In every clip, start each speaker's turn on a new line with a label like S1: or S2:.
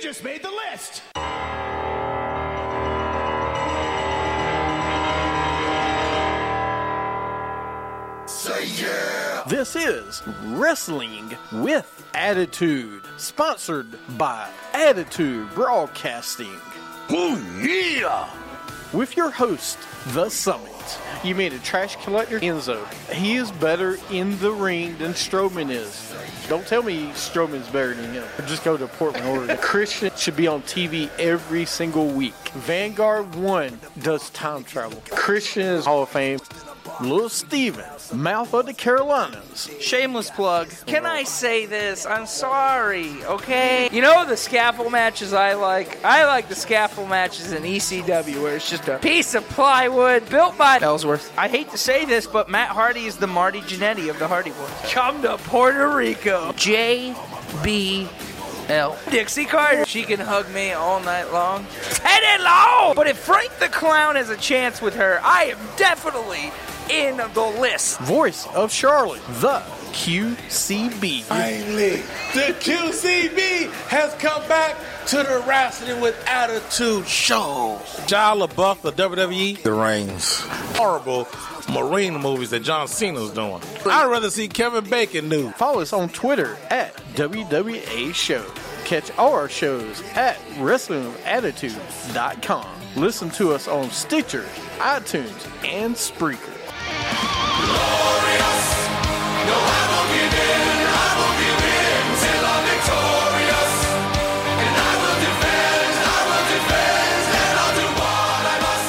S1: just made the list.
S2: Say yeah!
S3: This is Wrestling with Attitude, sponsored by Attitude Broadcasting.
S2: Oh yeah!
S3: With your host, The Summit. You made a trash collector, Enzo. He is better in the ring than Strowman is. Don't tell me Strowman's better than him. Just go to Portland, Oregon. Christian should be on TV every single week. Vanguard 1 does time travel. Christian is Hall of Fame. Little Steven, mouth of the Carolinas.
S4: Shameless plug. Can I say this? I'm sorry, okay? You know the scaffold matches I like? I like the scaffold matches in ECW where it's just a piece of plywood built by Ellsworth. I hate to say this, but Matt Hardy is the Marty Jannetty of the Hardy Boys. Come to Puerto Rico. J.B. L. Dixie Carter. She can hug me all night long. Ten and long! But if Frank the Clown has a chance with her, I am definitely in the list.
S3: Voice of Charlotte, the QCB.
S2: Finally, the QCB has come back to the Wrestling with Attitude show. John LaBeouf, the WWE, the Reigns. E. Horrible Marine movies that John Cena's doing. I'd rather see Kevin Bacon new.
S3: Follow us on Twitter at WWA Show. Catch all our shows at WrestlingAttitude.com. Listen to us on Stitcher, iTunes, and Spreaker.
S2: Glorious. No, I won't give in. I won't give in till I'm victorious. And I will defend. I will defend. And I'll do what I must.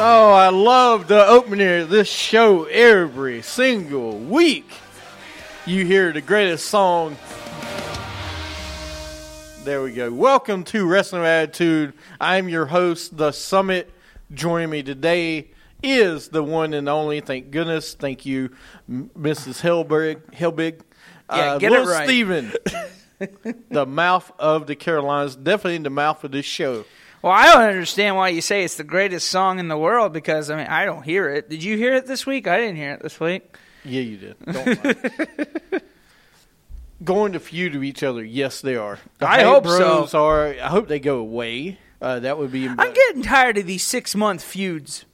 S3: Oh, I love the opener of this show every single week. You hear the greatest song. There we go. Welcome to Wrestling with Attitude. I'm your host, The Summit. Joining me today is the one and only, thank goodness, thank you, M- Mrs. Helbig. Helbig.
S4: Yeah, get it
S3: Little
S4: right.
S3: Uh, Steven, the mouth of the Carolinas, definitely the mouth of this show.
S4: Well, I don't understand why you say it's the greatest song in the world because I mean I don't hear it. Did you hear it this week? I didn't hear it this week.
S3: Yeah, you did. Don't lie. Going to feud with each other. Yes, they are. The
S4: I
S3: Hype
S4: hope so.
S3: Bros Are, I hope they go away. Uh, that would be. even
S4: I'm
S3: better.
S4: getting tired of these six month feuds.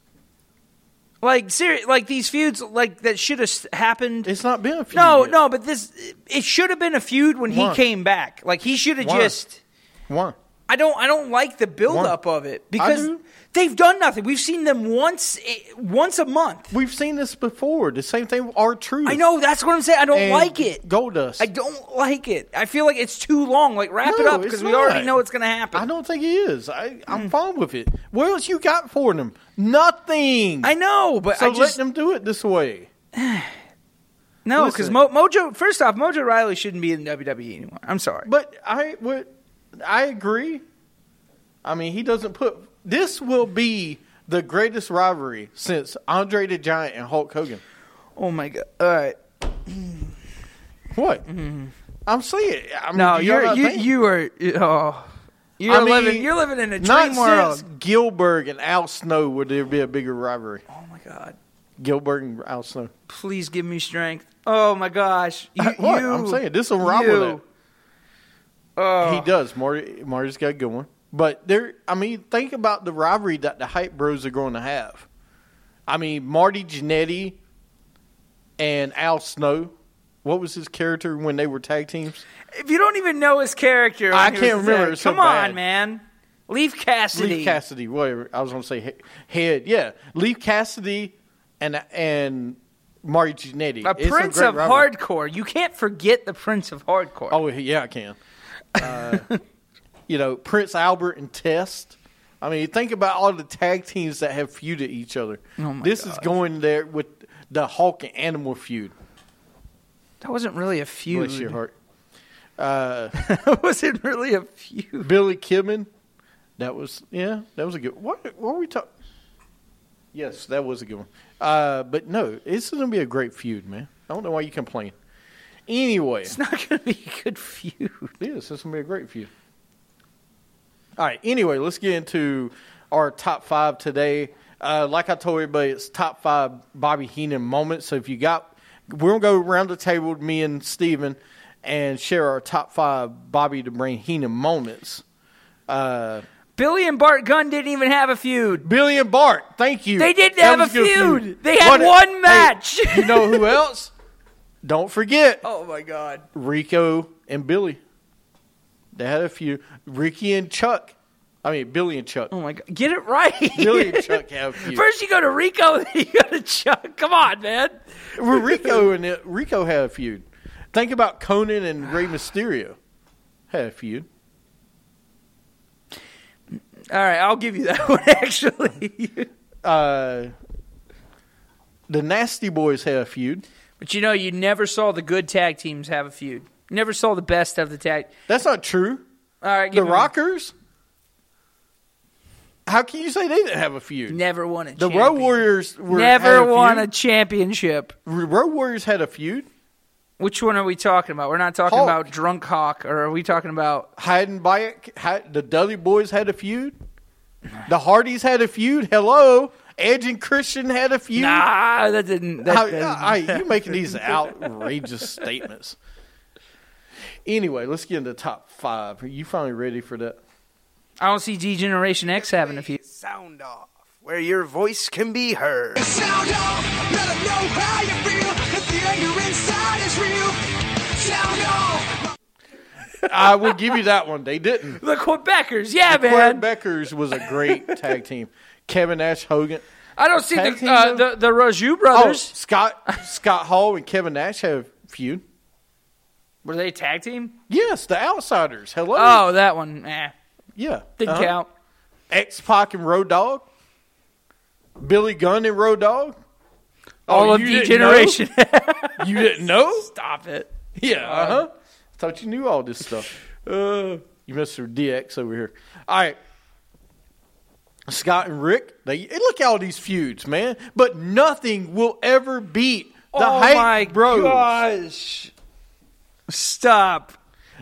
S4: Like seri- like these feuds like that should have s- happened.
S3: It's not been a feud.
S4: no,
S3: yet.
S4: no, but this it should have been a feud when
S3: Why?
S4: he came back. Like he should have
S3: Why?
S4: just.
S3: Why?
S4: I don't I don't like the build
S3: Why?
S4: up of it because
S3: do.
S4: they've done nothing. We've seen them once eh, once a month.
S3: We've seen this before. The same thing with our truth.
S4: I know that's what I'm saying. I don't like it.
S3: Goldust.
S4: I don't like it. I feel like it's too long. Like wrap it
S3: No,
S4: up
S3: it's
S4: because we
S3: not.
S4: already know it's going to happen.
S3: I don't think it is. I,
S4: Mm.
S3: I'm fine with it. What else you got for them? Nothing.
S4: I know, but
S3: so
S4: I just
S3: let them do it this way.
S4: no because
S3: listen.
S4: Mo- Mojo. First off, Mojo Riley shouldn't be in WWE E anymore. I'm sorry.
S3: But I would, I agree. I mean, he doesn't put. This will be the greatest rivalry since Andre the Giant and Hulk Hogan.
S4: oh my god! All right,
S3: What? I'm saying. I mean,
S4: Mm-hmm. no,
S3: do
S4: you're
S3: y'all not
S4: you
S3: think?
S4: you are oh, you're
S3: I mean,
S4: living you're living in a
S3: not
S4: dream world.
S3: Since Gilbert and Al Snow would there be a bigger rivalry?
S4: Oh my god!
S3: Gilbert and Al Snow.
S4: Please give me strength. Oh my gosh! You,
S3: Uh, what?
S4: you- uh,
S3: I'm saying this will rival
S4: you.
S3: that. He does. Marty, Marty's got a good one. But there, I mean, think about the rivalry that the hype bros are going to have. I mean, Marty Jannetty and Al Snow. What was his character when they were tag teams?
S4: If you don't even know his character,
S3: I
S4: when he
S3: can't
S4: was
S3: remember,
S4: there,
S3: it's so
S4: Come on,
S3: bad.
S4: man. Leave Cassidy.
S3: Leaf Cassidy, whatever. I was going to say he- head. Yeah, Leaf Cassidy and and Marty Jannetty.
S4: A
S3: It's great
S4: prince of
S3: rivalry.
S4: hardcore. You can't forget the prince of hardcore.
S3: Oh yeah, I can. Uh, you know, Prince Albert and Test. I mean, think about all the tag teams that have feuded each other. this is going there with the Hulk and Animal feud.
S4: That wasn't really a feud.
S3: Bless your heart.
S4: that wasn't really a feud.
S3: Billy Kidman. That was yeah, that was a good. What what were we talking? Yes, that was a good one. Uh, but no, it's going to be a great feud, man. I don't know why you complain. Anyway,
S4: It's not going to be a good feud.
S3: Yes, this will be a great few. All right. Anyway, let's get into our top five today. Uh, like I told everybody, it's top five Bobby Heenan moments. So if you got, we're gonna go around the table with me and Steven, and share our top five Bobby the Brain Heenan moments.
S4: Billy and Bart Gunn didn't even have a feud.
S3: Billy and Bart, thank you.
S4: They didn't
S3: That
S4: have
S3: was
S4: a
S3: good
S4: feud. They had
S3: What-
S4: one
S3: hey,
S4: match.
S3: you know who else? Don't forget
S4: Oh my god.
S3: Rico and Billy. They had a few. Ricky and Chuck. I mean, Billy and Chuck.
S4: Oh my god. Get it right.
S3: Billy and Chuck have a feud.
S4: First you go to Rico, then you go to Chuck. Come on, man.
S3: Well, Rico and it, Rico had a feud. Think about Conan and Rey Mysterio had a feud.
S4: All right, I'll give you that one actually.
S3: Uh, the Nasty Boys had a feud.
S4: but you know, you never saw the good tag teams have a feud. You never saw the best of the tag.
S3: That's not true.
S4: All right,
S3: The
S4: give me one.
S3: Rockers. How can you say they didn't have a feud?
S4: never won it.
S3: the Road Warriors were had
S4: never
S3: a
S4: won a
S3: feud.
S4: championship.
S3: Road Warriors had a feud.
S4: Which one are we talking about? We're not talking
S3: Hulk.
S4: about Drunk Hawk, or are we talking about?
S3: Heidenbayek, Hy- the Dudley Boys had a feud. The Hardys had a feud. Hello, Edge and Christian had a feud.
S4: Nah, that didn't. That,
S3: How-
S4: doesn't-
S3: I- you're making these outrageous statements. Anyway, let's get into top five. Are you finally ready for that?
S4: I don't see D Generation X having a feud.
S1: Sound off, where your voice can be heard.
S5: Sound off, let 'em know how you feel, 'cause the anger inside is real. Sound off,
S3: I will give you that one. They didn't.
S4: The Quebecers, yeah,
S3: Brad
S4: man.
S3: Beckers was a great tag team. Kevin Nash, Hogan.
S4: I don't see
S3: Tag
S4: the
S3: team,
S4: uh,
S3: though?
S4: the the Raju
S3: Oh,
S4: brothers.
S3: Scott Scott Hall and Kevin Nash have a feud.
S4: Were they a tag team?
S3: Yes, the Outsiders. Hello.
S4: Oh, that one. Eh,
S3: yeah.
S4: didn't
S3: Uh-huh.
S4: count.
S3: X Pac and Road Dog, Billy Gunn and Road Dog.
S4: All of
S3: Oh, you
S4: D
S3: didn't
S4: Generation.
S3: know? You didn't know?
S4: Stop it.
S3: Yeah. Uh huh. Thought you knew all this stuff. Uh, you Mr. DX over here. All right. Scott and Rick, they hey, look at all these feuds, man. But nothing will ever beat the
S4: oh
S3: hype
S4: my
S3: bros.
S4: gosh. Stop.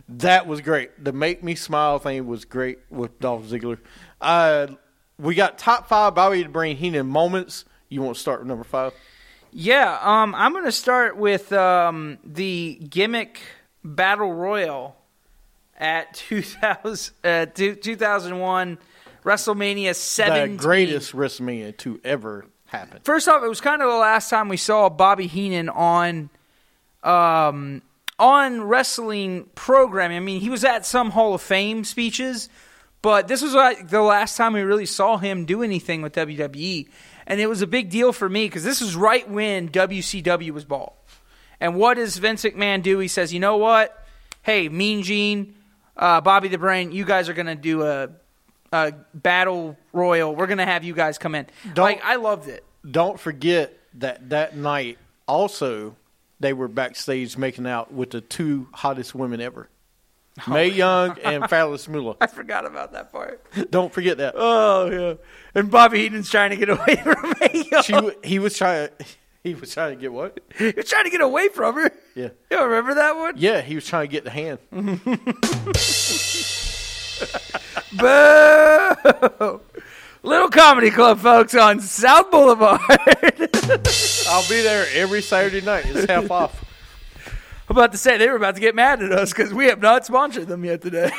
S3: That was great. The make me smile thing was great with Dolph Ziggler. Uh, we got top five Bobby the Brain Heenan moments. You want to start with number five?
S4: Yeah, um, I'm going to start with um, the gimmick battle royal at 2000, uh, two- 2001 WrestleMania 17.
S3: The greatest WrestleMania to ever happen.
S4: First off, it was kind of the last time we saw Bobby Heenan on um, on wrestling programming. I mean, he was at some Hall of Fame speeches, but this was like the last time we really saw him do anything with WWE, and it was a big deal for me because this was right when WCW was bought. And what does Vince McMahon do? He says, "You know what? Hey, Mean Gene, uh, Bobby the Brain, you guys are gonna do a, a battle royal. We're gonna have you guys come in."
S3: Don't-
S4: like I loved it.
S3: don't forget that that night also they were backstage making out with the two hottest women ever. Mae Young and Phyllis Moolah.
S4: I forgot about that part.
S3: Don't forget that.
S4: Oh yeah, and Bobby Heenan's trying to get away from Mayo.
S3: She w- he was trying he was trying to get what?
S4: He was trying to get away from her.
S3: Yeah.
S4: You remember that one?
S3: Yeah, he was trying to get the hand.
S4: Boo! Little comedy club, folks, on South Boulevard.
S3: I'll be there every Saturday night. It's half off.
S4: I'm about to say they were about to get mad at us because we have not sponsored them yet today.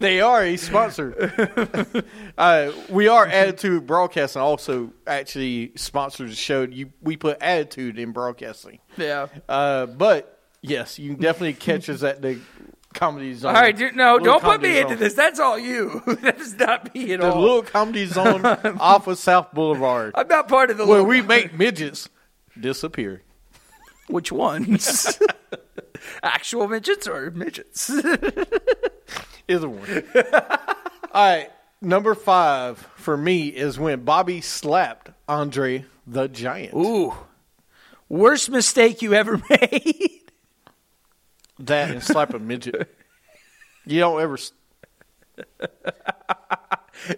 S3: They are a sponsor. uh, we are Attitude Broadcasting. Also, actually sponsored the show. You, we put Attitude in broadcasting.
S4: yeah.
S3: Uh, but yes, you can definitely catch us at the comedy zone.
S4: All right, dude, no,
S3: Little
S4: don't put
S3: Comedy
S4: me into
S3: Zone.
S4: this. That's all you. That's not me at
S3: The
S4: all.
S3: little comedy zone off of South Boulevard,
S4: I'm not part of the
S3: where
S4: little.
S3: we make midgets disappear.
S4: Which ones? Actual midgets or midgets?
S3: Either one. All right, number five for me is when Bobby slapped Andre the Giant.
S4: Ooh. Worst mistake you ever made.
S3: That and slap a midget. You don't ever. s-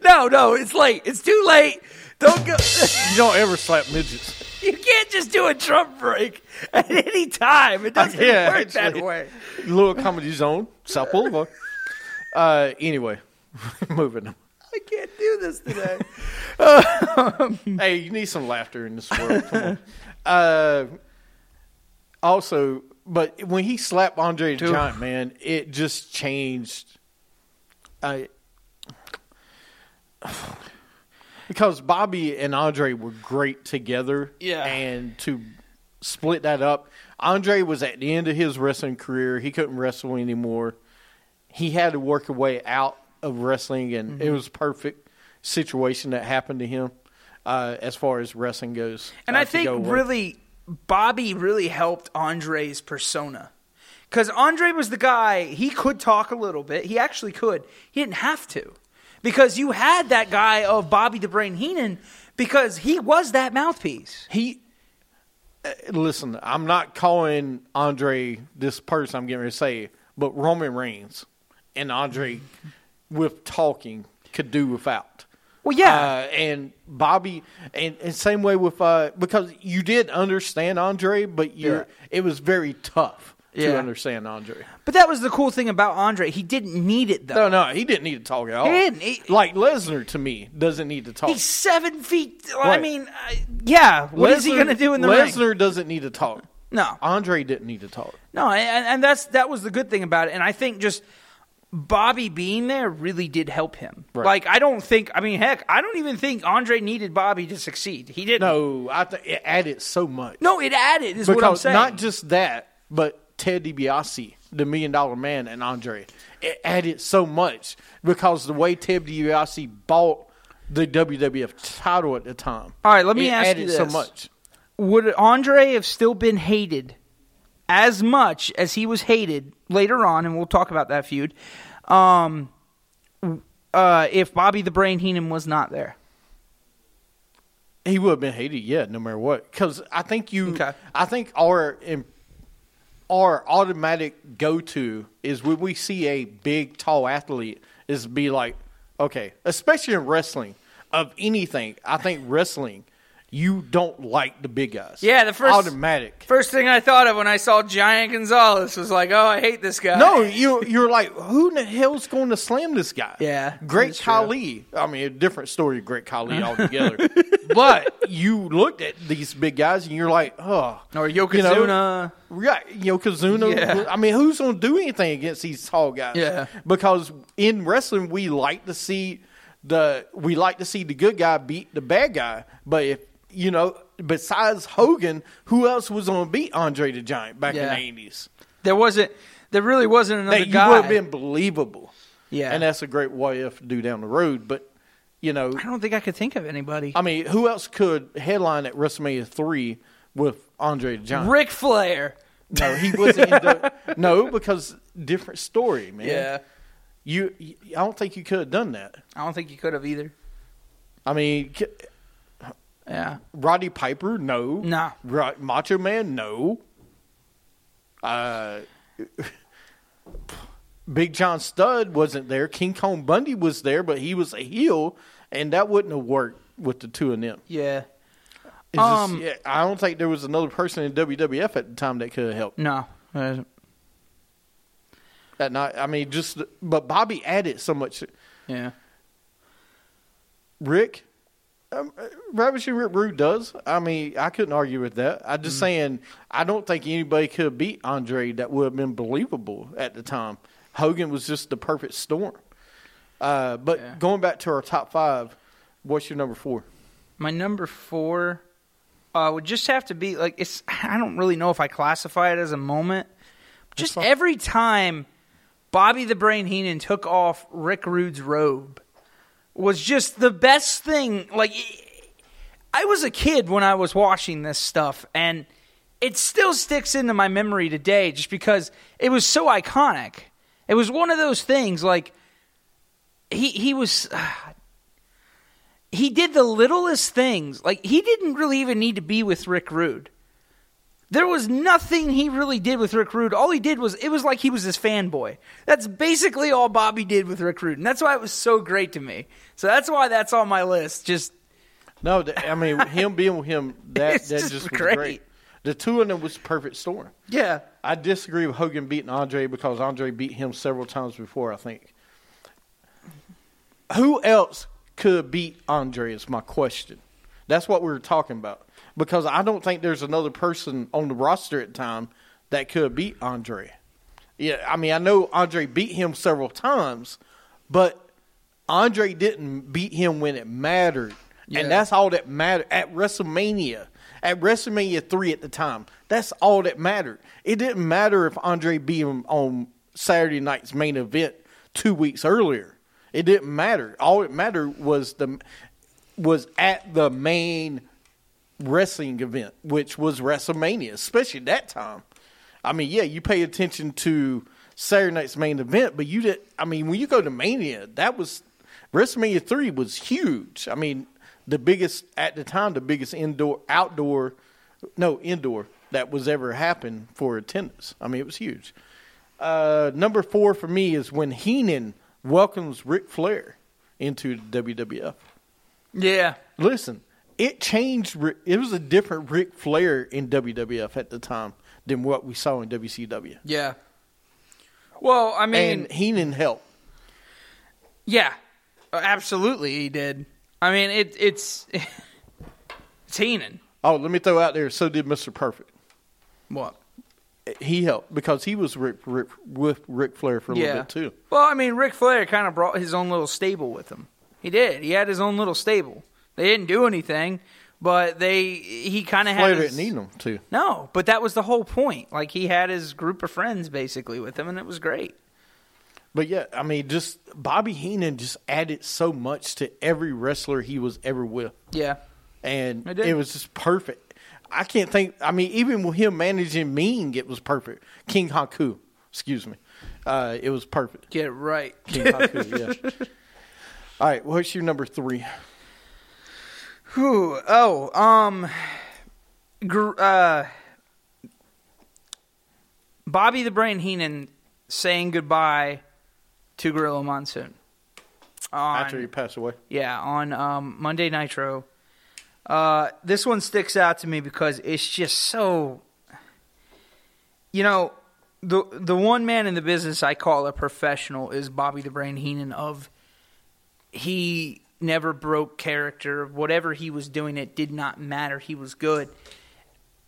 S4: no, no, it's late. It's too late. Don't go.
S3: You don't ever slap midgets.
S4: you can't just do a Trump break at any time. It doesn't
S3: Yeah,
S4: work
S3: actually.
S4: that way.
S3: Little comedy zone, South Boulevard. Uh, anyway, moving on.
S4: I can't do this today. Mm-hmm.
S3: hey, you need some laughter in this world. Come on. Uh, also, But when he slapped Andre the
S4: Dude.
S3: Giant, man, it just changed. I because Bobby and Andre were great together.
S4: Yeah.
S3: and to split that up, Andre was at the end of his wrestling career. He couldn't wrestle anymore. He had to work a way out of wrestling, and
S4: Mm-hmm.
S3: it was perfect situation that happened to him uh, as far as wrestling goes.
S4: And I
S3: Not to
S4: think
S3: go away.
S4: really Bobby really helped Andre's persona. Cuz Andre was the guy, he could talk a little bit. He actually could. He didn't have to. Because you had that guy of Bobby the Brain Heenan because he was that mouthpiece.
S3: he uh, listen i'm not calling andre this person i'm getting ready to say but roman reigns and andre with talking could do without
S4: Well, Mm-hmm. yeah.
S3: uh, and bobby and, and same way with uh, because you did understand andre but you are it was very tough to
S4: Yeah.
S3: understand andre
S4: But that was the cool thing about Andre. He didn't need it
S3: no
S4: though.
S3: no he didn't need to talk at all
S4: didn't. He-
S3: like lesnar to me doesn't need to talk
S4: He's seven feet. I
S3: Right.
S4: mean, I, yeah. what is he
S3: Lesnar-
S4: going to do in the ring?
S3: lesnar doesn't need to talk
S4: No,
S3: andre didn't need to talk
S4: No, and, and that's that was the good thing about it. And I think just Bobby being there really did help him.
S3: Right.
S4: Like I don't think I mean heck, I don't even think Andre needed Bobby to succeed. He didn't.
S3: No, I think it added so much.
S4: No, it added is what I'm
S3: because
S4: saying.
S3: not just that, but Ted DiBiase, the Million Dollar Man, and Andre, it added so much because the way Ted DiBiase bought the WWF title at the time.
S4: All right, let me
S3: it
S4: ask you
S3: added so
S4: this.
S3: much.
S4: Would Andre have still been hated as much as he was hated later on, and we'll talk about that feud, um, uh, if Bobby the Brain Heenan was not there?
S3: He would have been hated, yeah, no matter what. Because I think you,
S4: Okay.
S3: I think our im- our automatic go to is when we see a big tall athlete is be like, okay, especially in wrestling of anything. I think wrestling, you don't like the big guys.
S4: Yeah, the first-
S3: automatic.
S4: First thing I thought of when I saw Giant Gonzalez was like, oh, I hate this guy.
S3: No, you you're like, who in the hell's going to slam this guy?
S4: Yeah,
S3: Great
S4: that's true.
S3: Khali. I mean, a different story, of Great Khali altogether. but you looked at these big guys and you're like, oh,
S4: Or Yokozuna.
S3: you know, right? Yokozuna.
S4: Yeah.
S3: I mean, who's going to do anything against these tall guys?
S4: Yeah.
S3: because in wrestling, we like to see the we like to see the good guy beat the bad guy, but if you know. Besides Hogan, who else was going to beat Andre the Giant back
S4: Yeah.
S3: in the 80s?
S4: There wasn't. There really wasn't another
S3: that you
S4: guy.
S3: would have been believable.
S4: Yeah.
S3: And that's a great what if to do down the road. But, you know,
S4: I don't think I could think of anybody.
S3: I mean, who else could headline at WrestleMania 3 with Andre the Giant?
S4: Ric Flair.
S3: No, he wasn't. in the, no, because different story, man. You, you- I don't think you could have done that.
S4: I don't think you could have either.
S3: I mean, c-
S4: Yeah.
S3: Roddy Piper, no.
S4: Nah.
S3: Ro- Macho Man, no. Uh, Big John Studd wasn't there. King Kong Bundy was there, but he was a heel, and that wouldn't have worked with the two of them.
S4: Yeah.
S3: It's just-
S4: Um,
S3: yeah, I don't think there was another person in WWF at the time that could have helped.
S4: No. Uh, there isn't.
S3: That night, I mean, just but Bobby added so much.
S4: Yeah.
S3: Rick, um, uh, Ravishing Rick Rude does. I mean, I couldn't argue with that. I'm
S4: Mm-hmm.
S3: just saying, I don't think anybody could beat Andre that would have been believable at the time. Hogan was just the perfect storm. Uh, but going back to our top five, what's your number four?
S4: My number four uh, would just have to be like it's. I don't really know if I classify it as a moment. Just every time Bobby the Brain Heenan took off Rick Rude's robe was just the best thing. Like e, I was a kid when I was watching this stuff, and it still sticks into my memory today just because it was so iconic. It was one of those things like he he was he did the littlest things. Like he didn't really even need to be with Rick Rude. There was nothing he really did with Rick Rude. All he did was it was like he was his fanboy. That's basically all Bobby did with Rick Rude, and that's why it was so great to me. So that's why that's on my list. Just
S3: No, th- I mean him being with him that
S4: It's
S3: that
S4: just
S3: just, was
S4: great.
S3: great. The two of them was perfect storm.
S4: yeah,
S3: I disagree with Hogan beating Andre because Andre beat him several times before. I think. Who else could beat Andre is my question. That's what we were talking about because I don't think there's another person on the roster at the time that could have beat Andre. Yeah, I mean, I know Andre beat him several times, but Andre didn't beat him when it mattered.
S4: Yeah.
S3: And that's all that mattered at WrestleMania. At WrestleMania 3 at the time, that's all that mattered. It didn't matter if Andre beat him on Saturday night's main event two weeks earlier. It didn't matter. All it mattered was the was at the main wrestling event, which was WrestleMania, especially that time. I mean, yeah, you pay attention to Saturday night's main event, but you did. I mean, when you go to Mania, that was WrestleMania three was huge. I mean, the biggest at the time, the biggest indoor outdoor, no indoor that was ever happened for attendance. I mean, it was huge. Uh, number four for me is when Heenan welcomes Ric Flair into WWF
S4: Yeah.
S3: listen, it changed. Ri- It was a different Ric Flair in WWF at the time than what we saw in WCW.
S4: Yeah. Well, I mean,
S3: And Heenan helped.
S4: yeah, Uh, absolutely, he did. I mean, it, it's it's Heenan.
S3: Oh, let me throw out there. So did Mr. Perfect.
S4: What?
S3: He helped because he was Rick, Rick, with Ric Flair for a
S4: Yeah.
S3: little bit too.
S4: Well, I mean, Ric Flair kind of brought his own little stable with him. He did. He had his own little stable. They didn't do anything, but they he kind of had.
S3: Flair
S4: his-
S3: didn't need him to.
S4: No, but that was the whole point. Like he had his group of friends basically with him, and it was great.
S3: But yeah, I mean, just Bobby Heenan just added so much to every wrestler he was ever with.
S4: Yeah.
S3: and
S4: It
S3: it,
S4: did.
S3: was just perfect. I can't think. I mean, even with him managing Ming, it was perfect. King Haku, excuse me, uh, it was perfect.
S4: Get it right.
S3: King Haku, yeah. All right, what's your number three?
S4: Whew. Oh, um, gr- uh, Bobby the Brain Heenan saying goodbye to Gorilla Monsoon. On,
S3: After he passed away,
S4: yeah, on um, Monday Nitro. Uh, this one sticks out to me because it's just so. You know, the the one man in the business I call a professional is Bobby the Brain Heenan. Of he never broke character. Whatever he was doing, it did not matter. He was good,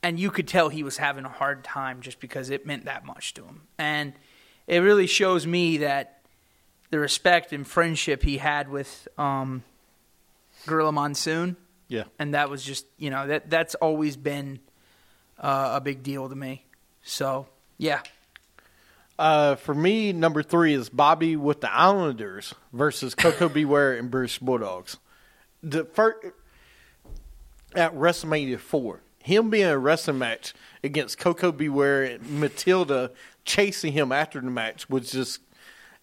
S4: and you could tell he was having a hard time just because it meant that much to him. And it really shows me that the respect and friendship he had with um, Gorilla Monsoon,
S3: yeah.
S4: and that was just you know that that's always been uh, a big deal to me. So yeah,
S3: Uh, for me, number three is Bobby with the Islanders versus Coco Beware and British Bulldogs. The first at WrestleMania four, him being a wrestling match against Coco Beware and Matilda chasing him after the match was just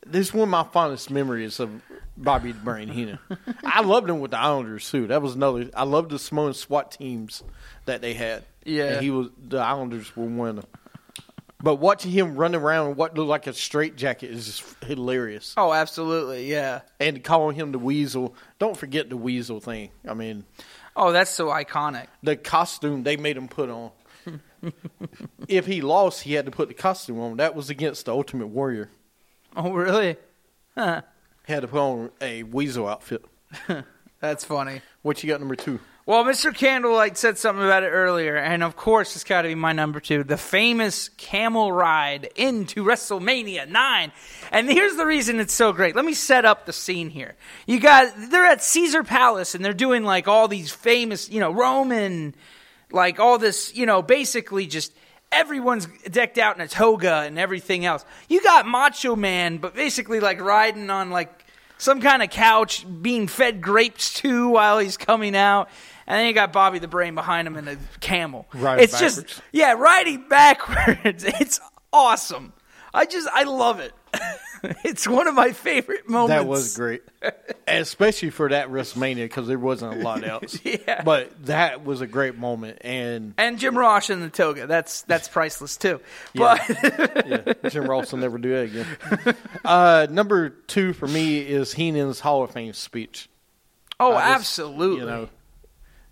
S3: this is one of my fondest memories of Bobby the Brain Heenan. I loved him with the Islanders too. That was another. I loved the Samoan SWAT teams that they had.
S4: Yeah.
S3: and he was the Islanders were one of them. But watching him run around in what looked like a straight jacket is just hilarious.
S4: oh absolutely, yeah.
S3: And calling him the weasel. Don't forget the weasel thing. I mean,
S4: Oh, that's so iconic.
S3: the costume they made him put on. if he lost, he had to put the costume on. That was against the Ultimate Warrior.
S4: Oh really? Huh.
S3: He had to put on a weasel outfit.
S4: That's funny.
S3: What you got number two?
S4: Well, Mr. Candlelight said something about it earlier, and of course, it's got to be my number two the famous camel ride into WrestleMania 9. And here's the reason it's so great. Let me set up the scene here. You got, they're at Caesar Palace, and they're doing like all these famous, you know, Roman, like all this, you know, basically just everyone's decked out in a toga and everything else. You got Macho Man, but basically like riding on like some kind of couch being fed grapes to while he's coming out. And then you got Bobby the Brain behind him in a camel.
S3: Riding
S4: it's just
S3: backwards.
S4: yeah, riding backwards. It's awesome. I just I love it. it's one of my favorite moments.
S3: That was great, especially for that WrestleMania because there wasn't a lot else.
S4: Yeah.
S3: But that was a great moment, and
S4: And Jim Rosh in the toga. That's that's priceless too. But
S3: uh, Jim Ross will never do that again. Uh, number two for me is Heenan's Hall of Fame speech.
S4: oh,
S3: I just,
S4: absolutely.
S3: You know,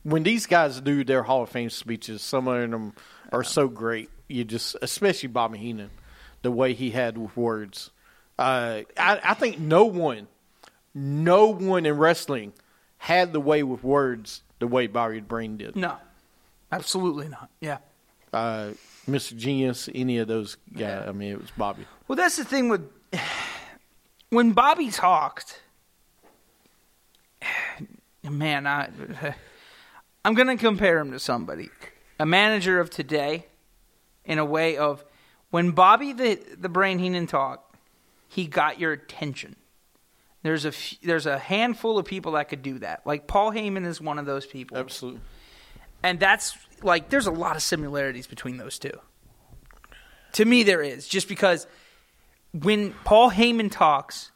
S3: when these guys do their Hall of Fame speeches, some of them are so great. You just, especially Bobby Heenan, the way he had with words. Uh, I, I think no one, no one in wrestling had the way with words the way Bobby Brain did.
S4: No, absolutely not. Yeah.
S3: Uh, Mr. Genius, any of those guys. I mean, it was Bobby.
S4: Well, that's the thing with when Bobby talked. Man, I I'm gonna compare him to somebody, a manager of today, in a way of when Bobby the the Brain Heenan talked, he got your attention. There's a f- there's a handful of people that could do that. Like Paul Heyman is one of those people,
S3: Absolutely.
S4: and that's like there's a lot of similarities between those two. To me, there is just because when Paul Heyman talks,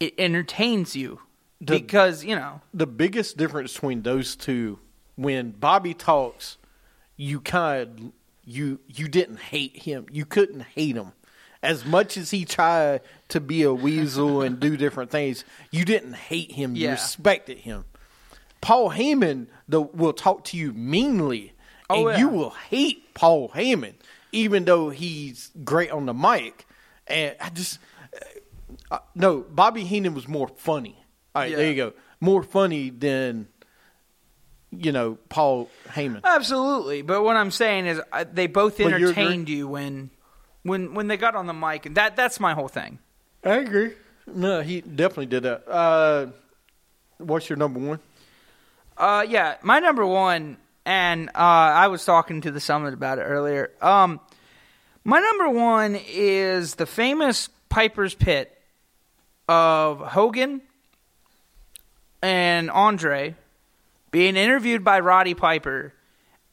S4: it entertains you
S3: The-
S4: because you know
S3: The biggest difference between those two, when Bobby talks, you kind of you you didn't hate him. You couldn't hate him. As much as he tried to be a weasel and do different things, you didn't hate him. You
S4: Yeah.
S3: respected him. Paul Heyman though will talk to you meanly, and
S4: Oh, yeah.
S3: you will hate Paul Heyman, even though he's great on the mic. And I just uh, no, Bobby Heenan was more funny. All right, there
S4: Yeah.
S3: you go, more funny than you know Paul Heyman.
S4: absolutely. But what I'm saying is uh, they both
S3: Well, you agree?
S4: entertained you when when when they got on the mic, and that that's my whole thing.
S3: I agree. No, he definitely did that. Uh, what's your number one?
S4: Uh, yeah, my number one, and uh, I was talking to the summit about it earlier. Um, my number one is the famous Piper's Pit of Hogan and Andre being interviewed by Roddy Piper,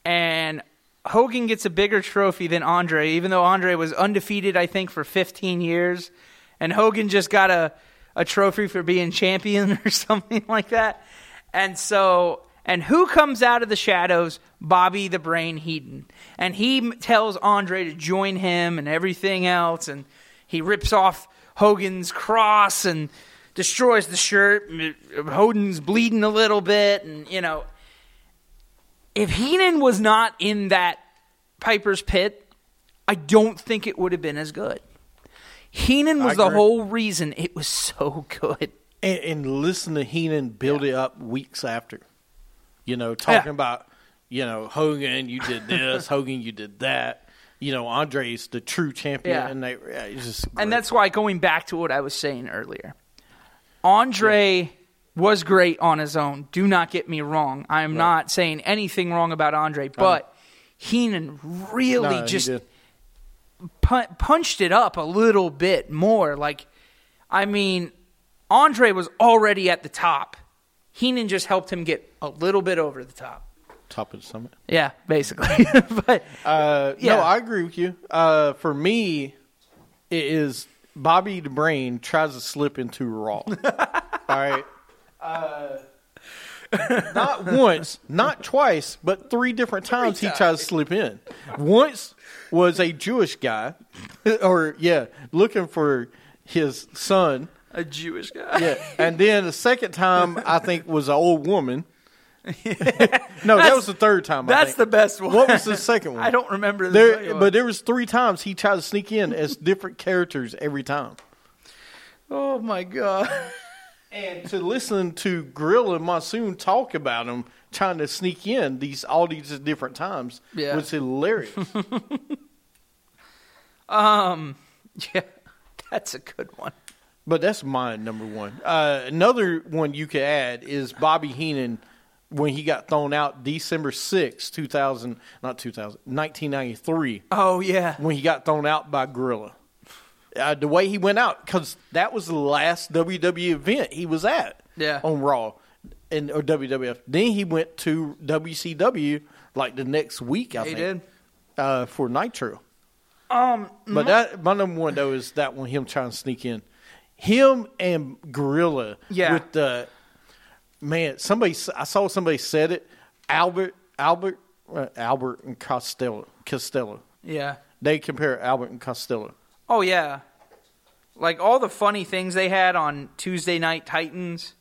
S4: and Hogan gets a bigger trophy than Andre, even though Andre was undefeated, I think, for 15 years, and Hogan just got a a trophy for being champion or something like that. And so, and who comes out of the shadows? Bobby the Brain Heaton, and he m- tells Andre to join him and everything else, and he rips off Hogan's cross and destroys the shirt. Hogan's bleeding a little bit, and you know, if Heenan was not in that Piper's Pit, I don't think it would have been as good. Heenan was the
S3: agree.
S4: whole reason it was so good.
S3: And, and listen to Heenan build it up weeks after. You know, talking
S4: Yeah.
S3: about you know Hogan, you did this. Hogan, you did that. You know, Andre's the true champion,
S4: Yeah.
S3: and they yeah, it's just great.
S4: And that's why going back to what I was saying earlier, Andre was great on his own. Do not get me wrong. I'm not saying anything wrong about Andre, but Heenan
S3: No,
S4: really
S3: Um, he
S4: just
S3: did.
S4: pun- punched it up a little bit more. Like, I mean, Andre was already at the top. Heenan just helped him get a little bit over the top.
S3: top of the summit.
S4: Yeah, basically. but
S3: Uh,
S4: Yeah.
S3: No, I agree with you. Uh, for me, it is Bobby the Brain tries to slip into Raw. All right. Uh, not once, not twice, but three different times he tries to slip in. Once was a Jewish guy, or yeah, looking for his son.
S4: a Jewish guy.
S3: Yeah, and then the second time I think was an old woman. no, that was the third time. I
S4: that's
S3: think.
S4: the best one.
S3: What was the second one?
S4: I don't remember. The
S3: There,
S4: second one.
S3: but there was three times he tried to sneak in as different characters every time.
S4: oh my god.
S3: And to listen to Grill and Monsoon talk about him trying to sneak in these all these different times
S4: Yeah.
S3: was hilarious.
S4: Um, Yeah, that's a good one.
S3: but that's my number one. Uh, another one you could add is Bobby Heenan when he got thrown out December sixth, two thousand, not 2000, 1993.
S4: Oh yeah.
S3: when he got thrown out by Gorilla. Uh, the way he went out, because that was the last WWE event he was at.
S4: Yeah.
S3: On Raw and or WWF. Then he went to WCW like the next week, I
S4: He
S3: think.
S4: did.
S3: Uh, for Nitro. Um, but that my number one though is that one him trying to sneak in, him and Gorilla.
S4: Yeah.
S3: With the man, somebody s- I saw somebody said it. Albert Albert uh, Albert and Costello Costello.
S4: Yeah.
S3: They compare Albert and Costello.
S4: Oh yeah. Like all the funny things they had on Tuesday Night Titans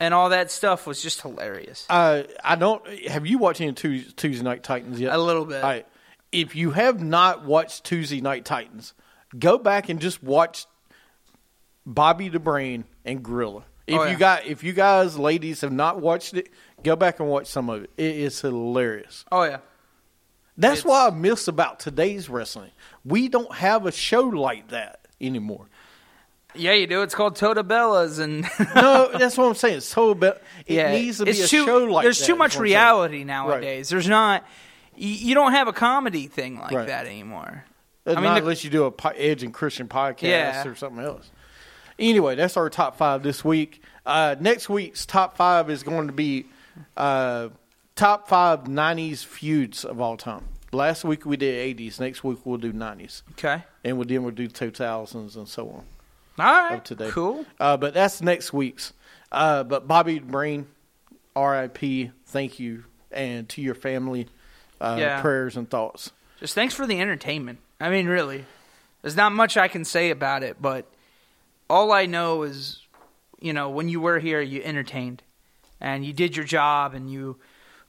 S4: and all that stuff was just hilarious.
S3: Uh, I don't. Have you watched any Tues- Tuesday Night Titans yet?
S4: A little bit.
S3: All right. If you have not watched Tuesday Night Titans, go back and just watch Bobby the Brain and Gorilla. If
S4: Oh, yeah.
S3: you got, if you guys, ladies, have not watched it, go back and watch some of it. It is hilarious.
S4: Oh yeah.
S3: That's
S4: It's-
S3: why I miss about today's wrestling. We don't have a show like that anymore.
S4: Yeah, you do. It's called Tota Bellas, and
S3: No, that's what I'm saying. It's so about it
S4: yeah,
S3: needs to be
S4: it's
S3: a
S4: too,
S3: show like
S4: There's
S3: that,
S4: too
S3: is
S4: much
S3: what I'm saying.
S4: reality nowadays. There's not. You, you don't have a comedy thing like
S3: Right.
S4: that anymore.
S3: Not
S4: I mean, the-
S3: unless you do a po- Edge and Christian podcast
S4: Yeah.
S3: or something else. Anyway, that's our top five this week. Uh, next week's top five is going to be uh, top five 90s feuds of all time. Last week we did 80s. Next week we'll do 90s.
S4: Okay.
S3: And we'll, then we'll do 2000s and so on
S4: All right.
S3: of today.
S4: Cool.
S3: Uh, but that's next week's. Uh, but Bobby Brain, RIP, thank you. And to your family, uh,
S4: Yeah.
S3: prayers and thoughts.
S4: Just thanks for the entertainment. I mean, really, there's not much I can say about it, but all I know is, you know, when you were here, you entertained and you did your job and you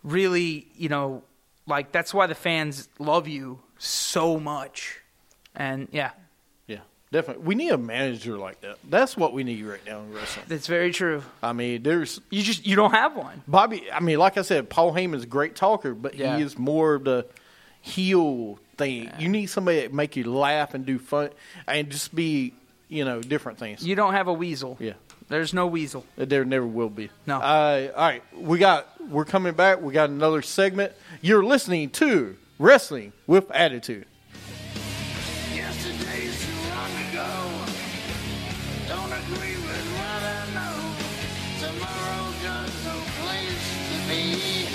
S4: really, you know, like that's why the fans love you so much. And yeah,
S3: Yeah, definitely. We need a manager like that. That's what we need right now in wrestling.
S4: that's very true.
S3: I mean, there's
S4: You just you don't have one.
S3: Bobby. I mean, like I said, Paul Heyman's a great talker, but
S4: Yeah.
S3: he is more of the heel thing. You need somebody that make you laugh and do fun and just be, you know, different things.
S4: You don't have a weasel.
S3: Yeah.
S4: There's no weasel.
S3: There never will be.
S4: No.
S3: Uh, all right, we got. We're coming back. We got another segment. You're listening to Wrestling with Attitude.
S5: Yesterday's too long ago. Don't agree with what I know. Tomorrow got no place to be.